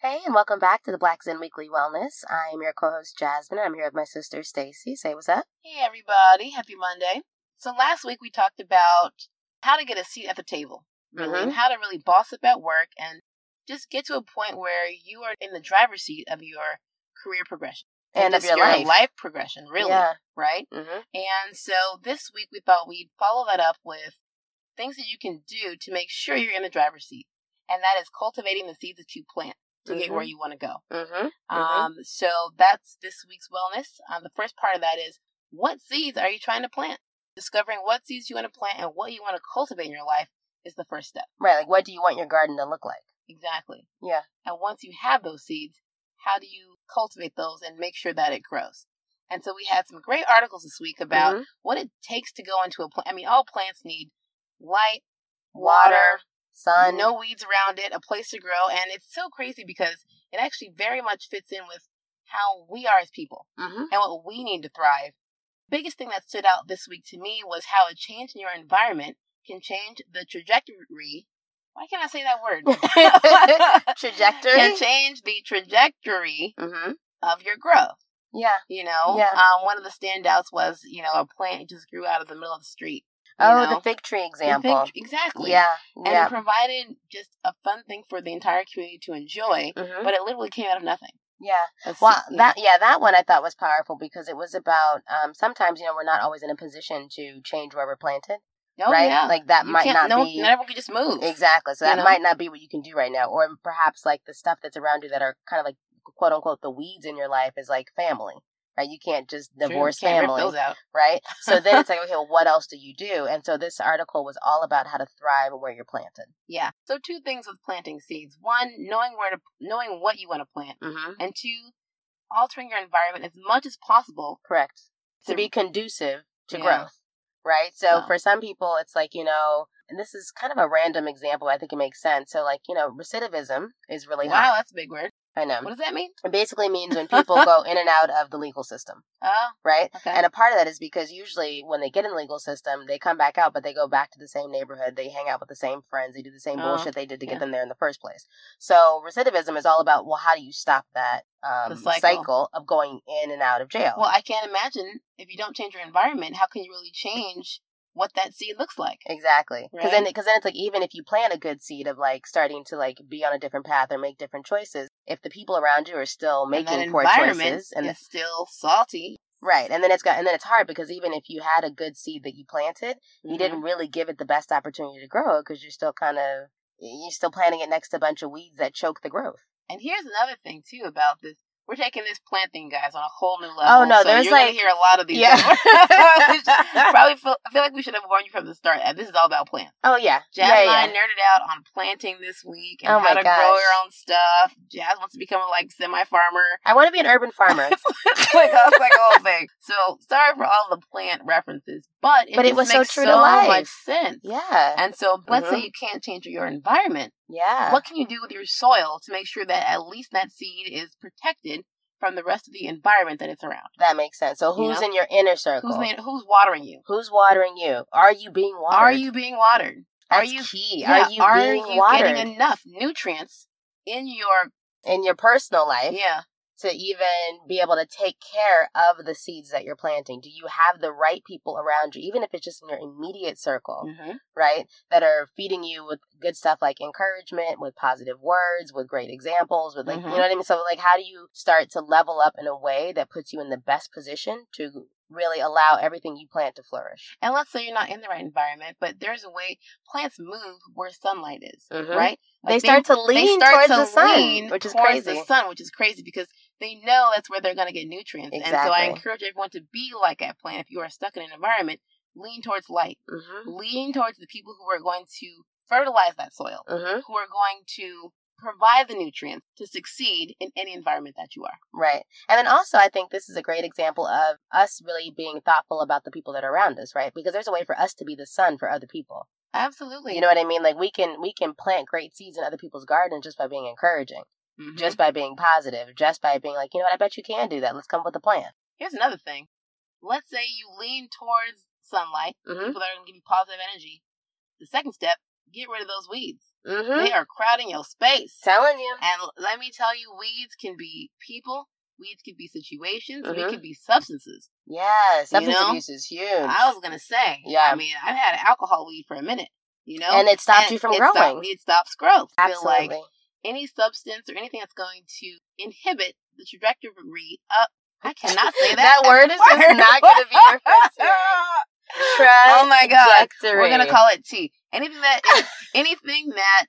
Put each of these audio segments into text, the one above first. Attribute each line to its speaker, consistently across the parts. Speaker 1: Hey, and welcome back to the Black Zen Weekly Wellness. I am your co-host Jasmine. I'm here with my sister Stacy. Say what's up.
Speaker 2: Hey, everybody. Happy Monday. So, last week we talked about how to get a seat at the table, really,
Speaker 1: Mhm.
Speaker 2: and how to really boss up at work and just get to a point where you are in the driver's seat of your career progression
Speaker 1: And of
Speaker 2: just
Speaker 1: your life.
Speaker 2: progression, really,
Speaker 1: Yeah.
Speaker 2: right?
Speaker 1: Mm-hmm.
Speaker 2: And so, this week we thought we'd follow that up with things that you can do to make sure you're in the driver's seat, and that is cultivating the seeds that you plant to get
Speaker 1: Mhm.
Speaker 2: where you want to go.
Speaker 1: Mm-hmm. Mhm.
Speaker 2: Um, so that's this week's wellness. Um, the first part of that is what seeds are you trying to plant? Discovering what seeds you want to plant and what you want to cultivate in your life is the first step.
Speaker 1: Right. Like, what do you want your garden to look like?
Speaker 2: Exactly.
Speaker 1: Yeah.
Speaker 2: And once you have those seeds, how do you cultivate those and make sure that it grows? And so we had some great articles this week about
Speaker 1: Mhm.
Speaker 2: what it takes to go into a plant. I mean, all plants need light,
Speaker 1: water,
Speaker 2: water
Speaker 1: sun.
Speaker 2: no weeds around it, a place to grow. And it's so crazy because it actually very much fits in with how we are as people
Speaker 1: Mm-hmm.
Speaker 2: and what we need to thrive. Biggest thing that stood out this week to me was how a change in your environment can change the trajectory. Why can't I say that word?
Speaker 1: Trajectory.
Speaker 2: Can change the trajectory
Speaker 1: Mm-hmm.
Speaker 2: of your growth.
Speaker 1: Yeah.
Speaker 2: You know,
Speaker 1: Yeah.
Speaker 2: um, one of the standouts was you know a plant just grew out of the middle of the street. you
Speaker 1: Oh,
Speaker 2: know?
Speaker 1: the fig tree
Speaker 2: The fig
Speaker 1: example.
Speaker 2: tr- exactly.
Speaker 1: Yeah.
Speaker 2: and
Speaker 1: Yeah.
Speaker 2: it provided just a fun thing for the entire community to enjoy.
Speaker 1: Mm-hmm.
Speaker 2: But it literally came out of nothing.
Speaker 1: Yeah.
Speaker 2: That's-
Speaker 1: Well,
Speaker 2: yeah.
Speaker 1: that yeah, that one I thought was powerful because it was about um, sometimes you know we're not always in a position to change where we're planted,
Speaker 2: oh,
Speaker 1: right?
Speaker 2: Yeah.
Speaker 1: Like that
Speaker 2: You
Speaker 1: might not
Speaker 2: can't- no,
Speaker 1: be
Speaker 2: Not everyone could just move.
Speaker 1: Exactly. So
Speaker 2: You
Speaker 1: that
Speaker 2: know?
Speaker 1: might not be what you can do right now, or perhaps like the stuff that's around you that are kind of like quote unquote the weeds in your life is like family, right? You can't just
Speaker 2: Sure,
Speaker 1: divorce
Speaker 2: can't rip
Speaker 1: family,
Speaker 2: those out.
Speaker 1: right? So then it's like, okay, well, what else do you do? And so this article was all about how to thrive where you're planted.
Speaker 2: Yeah. So two things with planting seeds: one, knowing where to, knowing what you want to plant,
Speaker 1: Mm-hmm.
Speaker 2: and two, altering your environment as much as possible.
Speaker 1: Correct. To
Speaker 2: To-
Speaker 1: be conducive to
Speaker 2: Yeah.
Speaker 1: growth, right? So
Speaker 2: So-
Speaker 1: for some people, it's like you know. And this is kind of a random example. I think it makes sense. So, like, you know, recidivism is really Um,
Speaker 2: wow,
Speaker 1: high.
Speaker 2: that's a big word.
Speaker 1: I know.
Speaker 2: What does that mean?
Speaker 1: It basically means when people go in and out of the legal system,
Speaker 2: Oh,
Speaker 1: right?
Speaker 2: okay.
Speaker 1: And a part of that is because usually when they get in the legal system, they come back out, but they go back to the same neighborhood. They hang out with the same friends. They do the same
Speaker 2: Oh,
Speaker 1: bullshit they did to
Speaker 2: yeah.
Speaker 1: get them there in the first place. So recidivism is all about, well, how do you stop that um,
Speaker 2: The
Speaker 1: cycle.
Speaker 2: cycle.
Speaker 1: of going in and out of jail?
Speaker 2: well, I can't imagine if you don't change your environment, how can you really change what that seed looks like?
Speaker 1: Exactly, because then
Speaker 2: Right.
Speaker 1: because then it's like even if you plant a good seed of like starting to like be on a different path or make different choices, if the people around you are still
Speaker 2: and
Speaker 1: making
Speaker 2: that
Speaker 1: poor
Speaker 2: environment
Speaker 1: choices and the
Speaker 2: is still salty.
Speaker 1: Right, and then it's got, and then it's hard because even if you had a good seed that you planted, you
Speaker 2: Mhm.
Speaker 1: didn't really give it the best opportunity to grow because you're still kind of you're still planting it next to a bunch of weeds that choke the growth.
Speaker 2: And here's another thing too about this. We're taking this plant thing, guys, on a whole new level.
Speaker 1: Oh, no,
Speaker 2: so
Speaker 1: there's
Speaker 2: you're gonna
Speaker 1: like-
Speaker 2: hear a lot of these.
Speaker 1: Yeah.
Speaker 2: Probably feel, I feel like we should have warned you from the start. that This is all about plants.
Speaker 1: Oh yeah,
Speaker 2: Jazz
Speaker 1: yeah,
Speaker 2: and I
Speaker 1: yeah.
Speaker 2: nerded out on planting this week and
Speaker 1: Oh, my
Speaker 2: how to grow
Speaker 1: gosh.
Speaker 2: her own stuff. Jazz wants to become a like semi farmer.
Speaker 1: I want to be an urban farmer, uh,
Speaker 2: like I was like a whole thing. So sorry for all the plant references, but it,
Speaker 1: But it
Speaker 2: just
Speaker 1: was so
Speaker 2: makes
Speaker 1: true to life.
Speaker 2: much sense.
Speaker 1: yeah,
Speaker 2: And so let's
Speaker 1: Mhm.
Speaker 2: say you can't change your environment.
Speaker 1: yeah,
Speaker 2: What can you do with your soil to make sure that at least that seed is protected from the rest of the environment that it's around?
Speaker 1: that makes sense. So
Speaker 2: You
Speaker 1: who's
Speaker 2: know?
Speaker 1: in your inner circle?
Speaker 2: Who's
Speaker 1: Who's,
Speaker 2: made, who's watering you?
Speaker 1: watering you? Are you being watered?
Speaker 2: Are you being watered?
Speaker 1: That's
Speaker 2: are you-
Speaker 1: key?
Speaker 2: Yeah,
Speaker 1: are you being
Speaker 2: you
Speaker 1: watered
Speaker 2: getting enough nutrients in your
Speaker 1: in your personal life?
Speaker 2: yeah?
Speaker 1: to even be able to take care of the seeds that you're planting? Do you have the right people around you, even if it's just in your immediate circle,
Speaker 2: Mm-hmm.
Speaker 1: right? That are feeding you with good stuff like encouragement, with positive words, with great examples, with like,
Speaker 2: Mhm.
Speaker 1: you know what I mean? So, like, how do you start to level up in a way that puts you in the best position to really allow everything you plant to flourish?
Speaker 2: And let's say you're not in the right environment, but there's a way plants move where sunlight is,
Speaker 1: Mhm.
Speaker 2: right?
Speaker 1: They
Speaker 2: Like,
Speaker 1: start to lean towards the sun, which is
Speaker 2: towards
Speaker 1: crazy.
Speaker 2: The sun, which is crazy because they know that's where they're going to get nutrients. And so I
Speaker 1: Exactly.
Speaker 2: encourage everyone to be like that plant. If you are stuck in an environment, lean towards light.
Speaker 1: Mm-hmm.
Speaker 2: Lean towards the people who are going to fertilize that soil,
Speaker 1: Mm-hmm.
Speaker 2: who are going to provide the nutrients to succeed in any environment that you are.
Speaker 1: Right. And then also, I think this is a great example of us really being thoughtful about the people that are around us, right? Because there's a way for us to be the sun for other people.
Speaker 2: Absolutely.
Speaker 1: You know what I mean? Like we can we can plant great seeds in other people's gardens just by being encouraging,
Speaker 2: Mhm.
Speaker 1: just by being positive, just by being like, you know what? I bet you can do that. Let's come up with a plan.
Speaker 2: here's another thing. Let's say you lean towards sunlight.
Speaker 1: Mm-hmm.
Speaker 2: people that are going to give you positive energy. The second step, get rid of those weeds.
Speaker 1: Mm-hmm.
Speaker 2: They are crowding your space.
Speaker 1: Telling you.
Speaker 2: And l- let me tell you, weeds can be people, weeds can be situations, and
Speaker 1: Mhm.
Speaker 2: it can be substances.
Speaker 1: Yeah, substance
Speaker 2: know?
Speaker 1: abuse is huge.
Speaker 2: I was gonna say,
Speaker 1: Yeah.
Speaker 2: I mean, I've had alcohol weed for a minute, you know,
Speaker 1: and it stopped you
Speaker 2: And
Speaker 1: from
Speaker 2: it
Speaker 1: growing.
Speaker 2: Stop, it stops growth. I feel
Speaker 1: Absolutely.
Speaker 2: like any substance or anything that's going to inhibit the trajectory up. I cannot say that.
Speaker 1: That word is just not gonna be your friend today.
Speaker 2: Oh my god,
Speaker 1: Trajectory.
Speaker 2: we're gonna call it T. Anything that anything that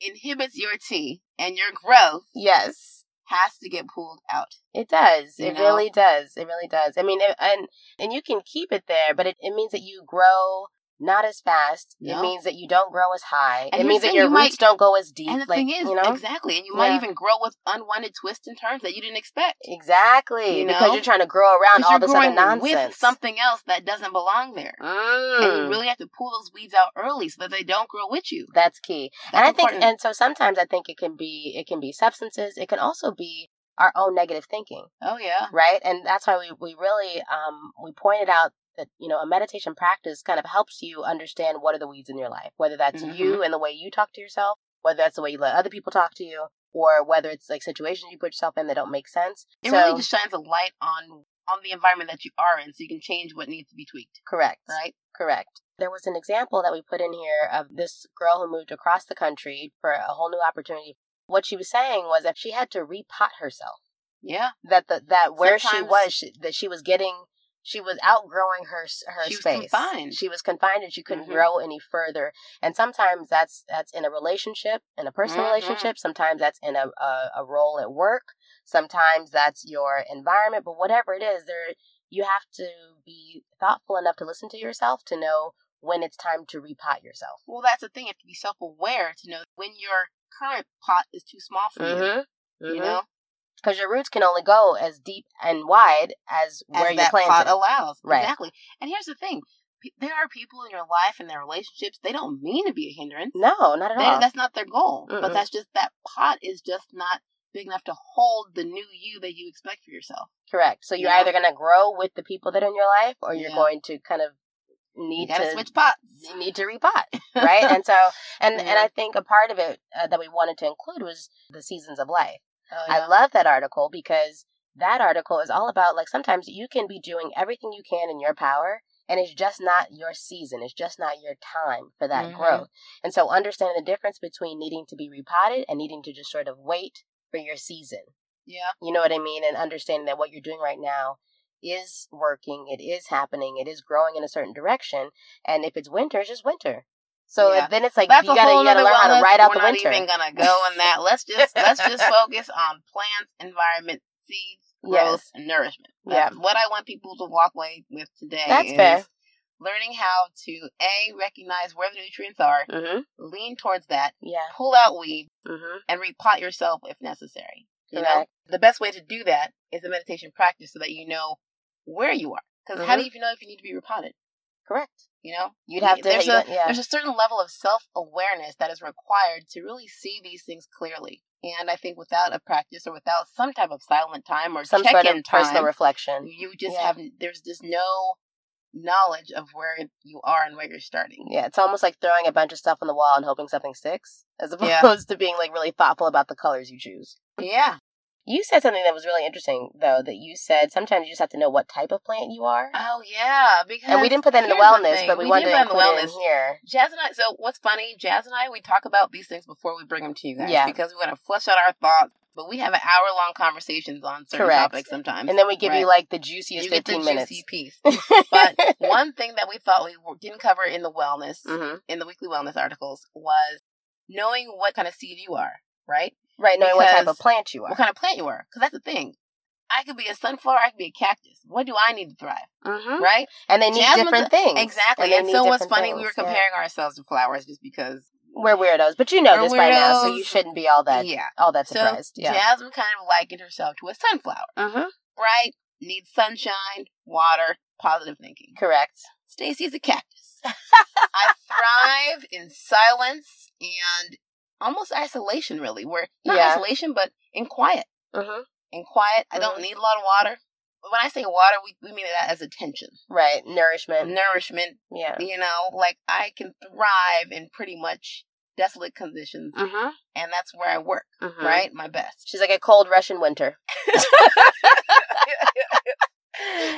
Speaker 2: inhibits your T and your growth
Speaker 1: Yes,
Speaker 2: has to get pulled out.
Speaker 1: it does.
Speaker 2: You
Speaker 1: it
Speaker 2: know?
Speaker 1: really does. It really does. I mean, it, and and you can keep it there, but it, it means that you grow not as fast. It
Speaker 2: No.
Speaker 1: means that you don't grow as high.
Speaker 2: And
Speaker 1: it
Speaker 2: here's
Speaker 1: means
Speaker 2: the
Speaker 1: that
Speaker 2: thing,
Speaker 1: your
Speaker 2: you
Speaker 1: roots
Speaker 2: might-
Speaker 1: don't go as deep.
Speaker 2: And the
Speaker 1: like,
Speaker 2: thing is,
Speaker 1: you know,
Speaker 2: exactly, and you
Speaker 1: Yeah.
Speaker 2: might even grow with unwanted twists and turns that you didn't expect.
Speaker 1: exactly
Speaker 2: You
Speaker 1: because
Speaker 2: know?
Speaker 1: you're trying to grow around
Speaker 2: Because
Speaker 1: all
Speaker 2: you're
Speaker 1: this
Speaker 2: growing
Speaker 1: other nonsense.
Speaker 2: with something else that doesn't belong there. And you
Speaker 1: Mm.
Speaker 2: really have to pull those weeds out early so that they don't grow with you.
Speaker 1: That's key. and
Speaker 2: That's
Speaker 1: I think
Speaker 2: important.
Speaker 1: and so sometimes I think it can be it can be substances. It can also be our own negative thinking,
Speaker 2: Oh yeah.
Speaker 1: right? And that's why we, we really um we pointed out that, you know, a meditation practice kind of helps you understand what are the weeds in your life, whether that's
Speaker 2: Mm-hmm.
Speaker 1: you and the way you talk to yourself, whether that's the way you let other people talk to you, or whether it's like situations you put yourself in that don't make sense.
Speaker 2: It
Speaker 1: so
Speaker 2: really just shines a light on on the environment that you are in so you can change what needs to be tweaked.
Speaker 1: correct.
Speaker 2: Right?
Speaker 1: Correct. There was an example that we put in here of this girl who moved across the country for a whole new opportunity. What she was saying was that she had to repot herself.
Speaker 2: Yeah.
Speaker 1: That the that where she
Speaker 2: Sometimes-
Speaker 1: was she, that she was getting she was outgrowing her s- her
Speaker 2: She was
Speaker 1: space.
Speaker 2: confined.
Speaker 1: She was confined and she couldn't
Speaker 2: Mhm.
Speaker 1: grow any further. And sometimes that's that's in a relationship, in a personal
Speaker 2: Mhm.
Speaker 1: relationship. Sometimes that's in a, a a role at work. Sometimes that's your environment. But whatever it is, there you have to be thoughtful enough to listen to yourself to know when it's time to repot yourself.
Speaker 2: Well that's the thing, you have to be self aware to know when your current pot is too small for
Speaker 1: Mm-hmm,
Speaker 2: you. You know?
Speaker 1: because your roots can only go as deep and wide as,
Speaker 2: as
Speaker 1: where you're
Speaker 2: that pot
Speaker 1: planted.
Speaker 2: allows.
Speaker 1: Right.
Speaker 2: Exactly. And here's the thing: P- there are people in your life and their relationships they don't mean to be a hindrance.
Speaker 1: no, not at
Speaker 2: They-
Speaker 1: all.
Speaker 2: that's not their goal.
Speaker 1: Mm-mm.
Speaker 2: But that's just that pot is just not big enough to hold the new you that you expect for yourself.
Speaker 1: Correct. So you're
Speaker 2: Yeah.
Speaker 1: either going to grow with the people that are in your life, or you're
Speaker 2: Yeah.
Speaker 1: going to kind of
Speaker 2: You
Speaker 1: need
Speaker 2: gotta
Speaker 1: to
Speaker 2: switch pots.
Speaker 1: you need to repot, right? and so, and and
Speaker 2: Yeah.
Speaker 1: I think a part of it uh, that we wanted to include was the seasons of life.
Speaker 2: Oh,
Speaker 1: I love that article because that article is all about like sometimes you can be doing everything you can in your power and it's just not your season. It's just not your time for that
Speaker 2: Mhm.
Speaker 1: growth. And so understanding the difference between needing to be repotted and needing to just sort of wait for your season.
Speaker 2: yeah.
Speaker 1: You know what I mean? And understanding that what you're doing right now is working, it is happening, it is growing in a certain direction. And if it's winter, it's just winter. So
Speaker 2: Yeah.
Speaker 1: then it's like
Speaker 2: That's
Speaker 1: you
Speaker 2: a
Speaker 1: gotta,
Speaker 2: whole
Speaker 1: you gotta
Speaker 2: other
Speaker 1: learn how to
Speaker 2: wellness.
Speaker 1: ride out
Speaker 2: We're
Speaker 1: the
Speaker 2: not
Speaker 1: winter.
Speaker 2: even gonna go in that. Let's just let's just focus on plants, environment, seeds, growth, and nourishment. That's what I want people to walk away with today.
Speaker 1: That's
Speaker 2: is
Speaker 1: fair.
Speaker 2: Learning how to a recognize where the nutrients are,
Speaker 1: Mm-hmm.
Speaker 2: lean towards that,
Speaker 1: Yeah.
Speaker 2: pull out weed,
Speaker 1: Mm-hmm.
Speaker 2: and repot yourself if necessary. You know,
Speaker 1: Correct.
Speaker 2: the best way to do that is a meditation practice so that you know where you are. Because how
Speaker 1: Mm-hmm.
Speaker 2: do you know if you need to be repotted?
Speaker 1: Correct.
Speaker 2: You know,
Speaker 1: You'd have to.
Speaker 2: There's
Speaker 1: you'd- yeah.
Speaker 2: there's a certain level of self awareness that is required to really see these things clearly. And I think without a practice or without some type of silent time or
Speaker 1: some
Speaker 2: check
Speaker 1: sort
Speaker 2: in
Speaker 1: of personal
Speaker 2: time,
Speaker 1: reflection.
Speaker 2: you just
Speaker 1: Yeah.
Speaker 2: have there's just no knowledge of where you are and where you're starting.
Speaker 1: Yeah, it's almost like throwing a bunch of stuff on the wall and hoping something sticks, as opposed
Speaker 2: Yeah.
Speaker 1: to being like really thoughtful about the colors you choose.
Speaker 2: Yeah.
Speaker 1: You said something that was really interesting, though, that you said sometimes you just have to know what type of plant you are.
Speaker 2: Oh yeah. Because
Speaker 1: and we didn't put that in the
Speaker 2: here's the
Speaker 1: wellness,
Speaker 2: thing,
Speaker 1: but we,
Speaker 2: we
Speaker 1: wanted
Speaker 2: did
Speaker 1: to
Speaker 2: put it in
Speaker 1: include
Speaker 2: the
Speaker 1: it in
Speaker 2: wellness.
Speaker 1: here.
Speaker 2: Jazz and I. So what's funny, Jazz and I, we talk about these things before we bring them to you guys
Speaker 1: Yeah.
Speaker 2: because we want to flesh out our thoughts. But we have an hour long conversations on certain
Speaker 1: Correct.
Speaker 2: topics sometimes.
Speaker 1: And then we give you like the juiciest
Speaker 2: you get the
Speaker 1: 15 minutes.
Speaker 2: juicy piece. But one thing that we thought we w- didn't cover in the wellness,
Speaker 1: Mhm.
Speaker 2: in the weekly wellness articles, was knowing what kind of seed you are, right?
Speaker 1: Right, knowing what type
Speaker 2: Because-
Speaker 1: of plant you are.
Speaker 2: What kind of plant you are. Because that's the thing. I could be a sunflower, I could be a cactus. What do I need to thrive,
Speaker 1: Mm-hmm.
Speaker 2: right?
Speaker 1: And they need
Speaker 2: Jasmine's-
Speaker 1: different things.
Speaker 2: Exactly.
Speaker 1: they
Speaker 2: And,
Speaker 1: need
Speaker 2: so what's
Speaker 1: different
Speaker 2: funny, we
Speaker 1: things,
Speaker 2: were
Speaker 1: yeah.
Speaker 2: comparing ourselves to flowers just because.
Speaker 1: We're weirdos, but you know
Speaker 2: We're
Speaker 1: this by now, so you
Speaker 2: weirdos.
Speaker 1: shouldn't be all that
Speaker 2: yeah.
Speaker 1: all that
Speaker 2: So,
Speaker 1: surprised. yeah.
Speaker 2: Jasmine kind of likened herself to a sunflower,
Speaker 1: Mm-hmm.
Speaker 2: right? Needs sunshine, water, positive thinking.
Speaker 1: Correct.
Speaker 2: Stacy's a cactus. I thrive in silence and almost isolation, really. Where not
Speaker 1: Yeah.
Speaker 2: isolation, but in quiet.
Speaker 1: Mm-hmm.
Speaker 2: In quiet, I
Speaker 1: Mhm.
Speaker 2: don't need a lot of water. When I say water, we, we mean that as attention,
Speaker 1: Right. Nourishment.
Speaker 2: nourishment.
Speaker 1: Yeah.
Speaker 2: You know, like I can thrive in pretty much desolate conditions,
Speaker 1: Mm-hmm.
Speaker 2: and that's where I work,
Speaker 1: Mm-hmm. Right?
Speaker 2: right? My best.
Speaker 1: She's like a cold Russian winter,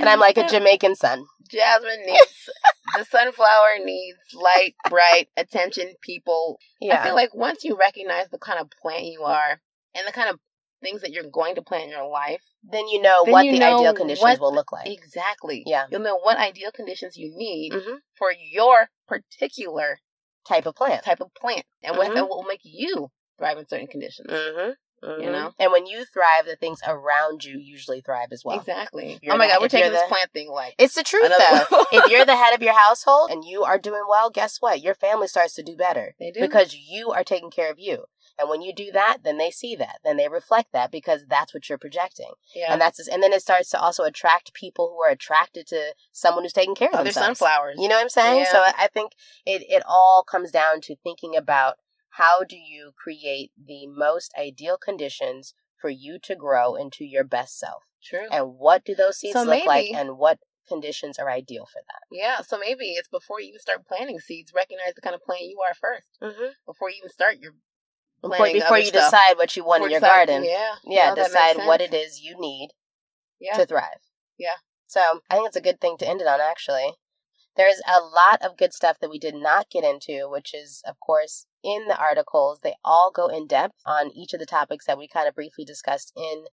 Speaker 1: and I'm like a Jamaican sun.
Speaker 2: Jasmine needs the sunflower needs light, bright attention, people. I feel like once you recognize the kind of plant you are and the kind of things that you're going to plant in your life,
Speaker 1: then you know
Speaker 2: Then
Speaker 1: what
Speaker 2: you
Speaker 1: the
Speaker 2: know
Speaker 1: ideal conditions
Speaker 2: what
Speaker 1: will look like.
Speaker 2: exactly.
Speaker 1: Yeah.
Speaker 2: You'll know what ideal conditions you need
Speaker 1: Mm-hmm.
Speaker 2: for your particular
Speaker 1: Type of plant.
Speaker 2: type of plant and what
Speaker 1: Mhm.
Speaker 2: that will make you thrive in certain conditions.
Speaker 1: Mm-hmm.
Speaker 2: You know?
Speaker 1: and when you thrive, the things around you usually thrive as well.
Speaker 2: Exactly.
Speaker 1: You're
Speaker 2: oh my
Speaker 1: not-
Speaker 2: god, we're
Speaker 1: if you're
Speaker 2: taking this
Speaker 1: the-
Speaker 2: plant thing like
Speaker 1: It's the truth,
Speaker 2: Another-
Speaker 1: though. if you're the head of your household and you are doing well, guess what? Your family starts to do better
Speaker 2: they do
Speaker 1: because you are taking care of you. And when you do that, then they see that, then they reflect that because that's what you're projecting,
Speaker 2: yeah.
Speaker 1: and that's and then it starts to also attract people who are attracted to someone who's taking care of
Speaker 2: other
Speaker 1: themselves.
Speaker 2: Oh, sunflowers.
Speaker 1: You know what I'm saying?
Speaker 2: Yeah.
Speaker 1: So I I think it, it all comes down to thinking about how do you create the most ideal conditions for you to grow into your best self?
Speaker 2: True.
Speaker 1: And what do those seeds
Speaker 2: So
Speaker 1: look like
Speaker 2: maybe-
Speaker 1: and what conditions are ideal for that?
Speaker 2: Yeah, so maybe it's before you even start planting seeds, recognize the kind of plant you are first.
Speaker 1: Mm-hmm.
Speaker 2: Before you even start your
Speaker 1: Before,
Speaker 2: planting
Speaker 1: before
Speaker 2: other
Speaker 1: you
Speaker 2: stuff.
Speaker 1: decide what you want
Speaker 2: before
Speaker 1: in
Speaker 2: you
Speaker 1: your
Speaker 2: decide-
Speaker 1: garden,
Speaker 2: Yeah.
Speaker 1: yeah,
Speaker 2: no, that makes
Speaker 1: decide what
Speaker 2: sense.
Speaker 1: it is you need
Speaker 2: Yeah.
Speaker 1: to thrive.
Speaker 2: Yeah.
Speaker 1: So I think it's a good thing to end it on, actually. There's a lot of good stuff that we did not get into, which is, of course, in the articles. They all go in depth on each of the topics that we kind of briefly discussed in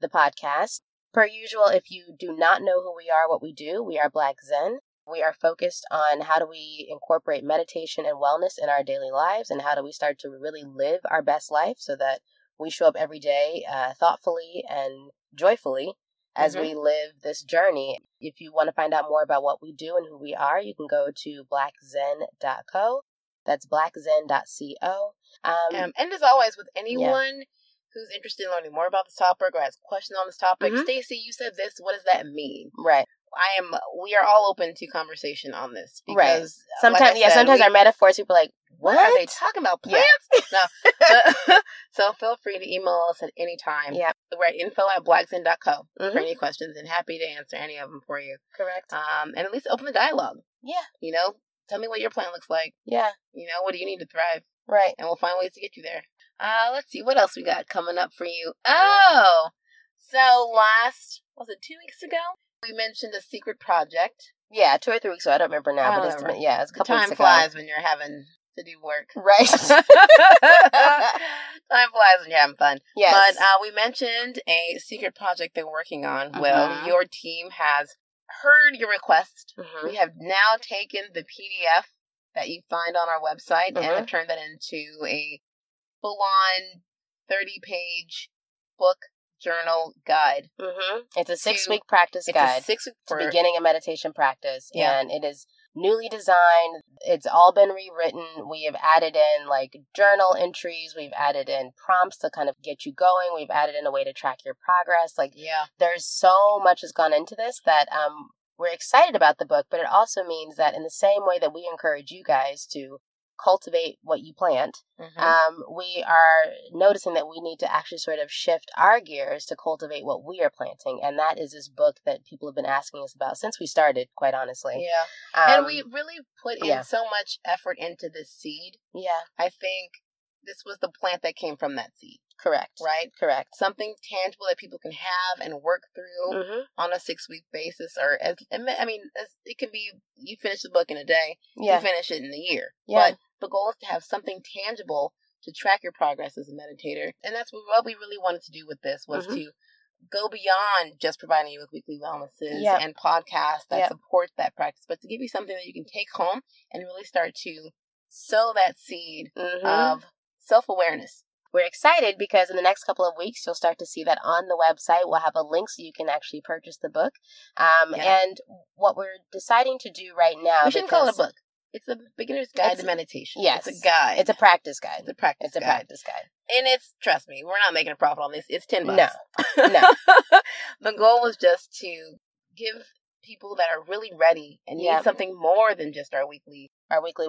Speaker 1: the podcast. Per usual, if you do not know who we are, what we do, we are Black Zen. We are focused on how do we incorporate meditation and wellness in our daily lives and how do we start to really live our best life so that we show up every day uh, thoughtfully and joyfully as
Speaker 2: Mhm.
Speaker 1: we live this journey. If you want to find out more about what we do and who we are, you can go to blackzen.co. That's blackzen.co. Um,
Speaker 2: Um, and as always, with anyone who's interested in learning more about this topic or has questions on this topic,
Speaker 1: Mhm.
Speaker 2: Stacy, you said this. What does that mean?
Speaker 1: right.
Speaker 2: I am. We are all open to conversation on this because
Speaker 1: Right.
Speaker 2: uh, like
Speaker 1: Sometimes,
Speaker 2: I
Speaker 1: yeah,
Speaker 2: said,
Speaker 1: sometimes
Speaker 2: we-
Speaker 1: our metaphors, people are like, what?
Speaker 2: are they talking about
Speaker 1: Yeah.
Speaker 2: plants? No. so feel free to email us at any time.
Speaker 1: Yeah.
Speaker 2: We're at info at blackzen.co for
Speaker 1: Mhm.
Speaker 2: any questions and happy to answer any of them for you.
Speaker 1: Correct.
Speaker 2: Um, and at least open the dialogue.
Speaker 1: Yeah.
Speaker 2: You know, tell me what your plan looks like.
Speaker 1: Yeah,
Speaker 2: You know, what do you need to thrive?
Speaker 1: right.
Speaker 2: And we'll find ways to get you there. Uh, let's see what else we got coming up for you. Oh, so last was it two weeks ago? We mentioned a secret project.
Speaker 1: Yeah, two or three weeks ago. I don't remember now,
Speaker 2: I
Speaker 1: but
Speaker 2: don't
Speaker 1: it's,
Speaker 2: remember.
Speaker 1: yeah, it's a
Speaker 2: The
Speaker 1: couple
Speaker 2: time
Speaker 1: weeks ago.
Speaker 2: flies when you're having to do work.
Speaker 1: Right.
Speaker 2: time flies when you're having fun.
Speaker 1: yes.
Speaker 2: But uh, we mentioned a secret project they're working on.
Speaker 1: Mhm.
Speaker 2: Well, your team has heard your request.
Speaker 1: Mhm.
Speaker 2: We have now taken the PDF that you find on our website and
Speaker 1: Mhm.
Speaker 2: have turned that into a full on 30 page book journal guide.
Speaker 1: Mhm. It's a
Speaker 2: to-
Speaker 1: six week practice
Speaker 2: It's
Speaker 1: guide.
Speaker 2: a six
Speaker 1: to
Speaker 2: for
Speaker 1: beginning a meditation practice
Speaker 2: Yeah.
Speaker 1: and it is newly designed it's all been rewritten we have added in like journal entries we've added in prompts to kind of get you going we've added in a way to track your progress like
Speaker 2: Yeah.
Speaker 1: there's so much has gone into this that um, we're excited about the book but it also means that in the same way that we encourage you guys to cultivate what you plant
Speaker 2: Mhm.
Speaker 1: um, we are noticing that we need to actually sort of shift our gears to cultivate what we are planting. And that is this book that people have been asking us about since we started, quite honestly.
Speaker 2: yeah.
Speaker 1: Um,
Speaker 2: and we really put in
Speaker 1: yeah.
Speaker 2: so much effort into this seed.
Speaker 1: Yeah,
Speaker 2: I think this was the plant that came from that seed,
Speaker 1: correct.
Speaker 2: right?
Speaker 1: Correct.
Speaker 2: Something tangible that people can have and work through.
Speaker 1: hmm
Speaker 2: on a six week basis or as I mean- I mean as, it can be you finish the book in a day
Speaker 1: Yeah.
Speaker 2: you finish it in a year
Speaker 1: Yeah.
Speaker 2: but the goal is to have something tangible to track your progress as a meditator and that's what, what we really wanted to do with this was
Speaker 1: Mhm.
Speaker 2: to go beyond just providing you with weekly wellnesses
Speaker 1: Yep.
Speaker 2: and podcasts that
Speaker 1: Yep.
Speaker 2: support that practice but to give you something that you can take home and really start to sow that seed
Speaker 1: Mhm.
Speaker 2: of self-awareness
Speaker 1: We're excited because in the next couple of weeks, you'll start to see that on the website. We'll have a link so you can actually purchase the book. Um,
Speaker 2: Yeah.
Speaker 1: And what we're deciding to do right now.
Speaker 2: we shouldn't call it a
Speaker 1: because-
Speaker 2: book it's a beginner's guide
Speaker 1: It's-
Speaker 2: to meditation
Speaker 1: yes.
Speaker 2: it's a guide
Speaker 1: It's a practice guide.
Speaker 2: it's a practice
Speaker 1: It's a
Speaker 2: guide.
Speaker 1: practice guide.
Speaker 2: and it's trust me, we're not making a profit on this. It's ten
Speaker 1: No.
Speaker 2: bucks.
Speaker 1: No.
Speaker 2: the goal was just to give people that are really ready and
Speaker 1: Yeah.
Speaker 2: need something more than just our weekly
Speaker 1: Our weekly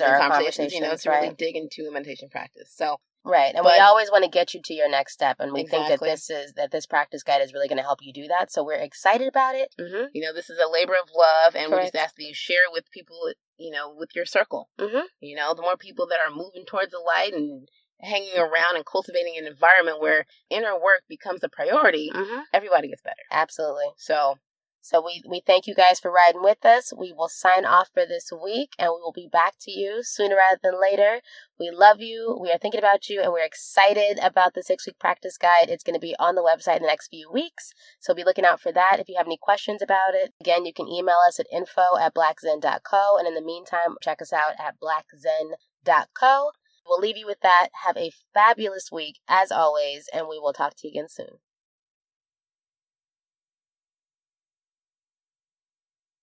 Speaker 1: wellnesses or
Speaker 2: and
Speaker 1: our
Speaker 2: conversations. You know,
Speaker 1: conversations,
Speaker 2: to
Speaker 1: right?
Speaker 2: really dig into a meditation practice. So
Speaker 1: Right. And we
Speaker 2: But-
Speaker 1: always want to get you to your next step. And we think that
Speaker 2: Exactly.
Speaker 1: this is that this practice guide is really going to help you do that. So we're excited about it. Mm-hmm.
Speaker 2: you know, this is a labor of love, and we
Speaker 1: Correct.
Speaker 2: just ask that you share it with people you know, with your circle.
Speaker 1: Mhm.
Speaker 2: You know, the more people that are moving towards the light and hanging around and cultivating an environment where inner work becomes a priority,
Speaker 1: Mhm.
Speaker 2: everybody gets better.
Speaker 1: Absolutely.
Speaker 2: So,
Speaker 1: So we, we thank you guys for riding with us. We will sign off for this week and we will be back to you sooner rather than later. We love you. We are thinking about you and we're excited about the six week practice guide. It's going to be on the website in the next few weeks. So be looking out for that. If you have any questions about it, again, you can email us at info at blackzen.co. And in the meantime, check us out at blackzen.co. We'll leave you with that. Have a fabulous week as always, and we will talk to you again soon.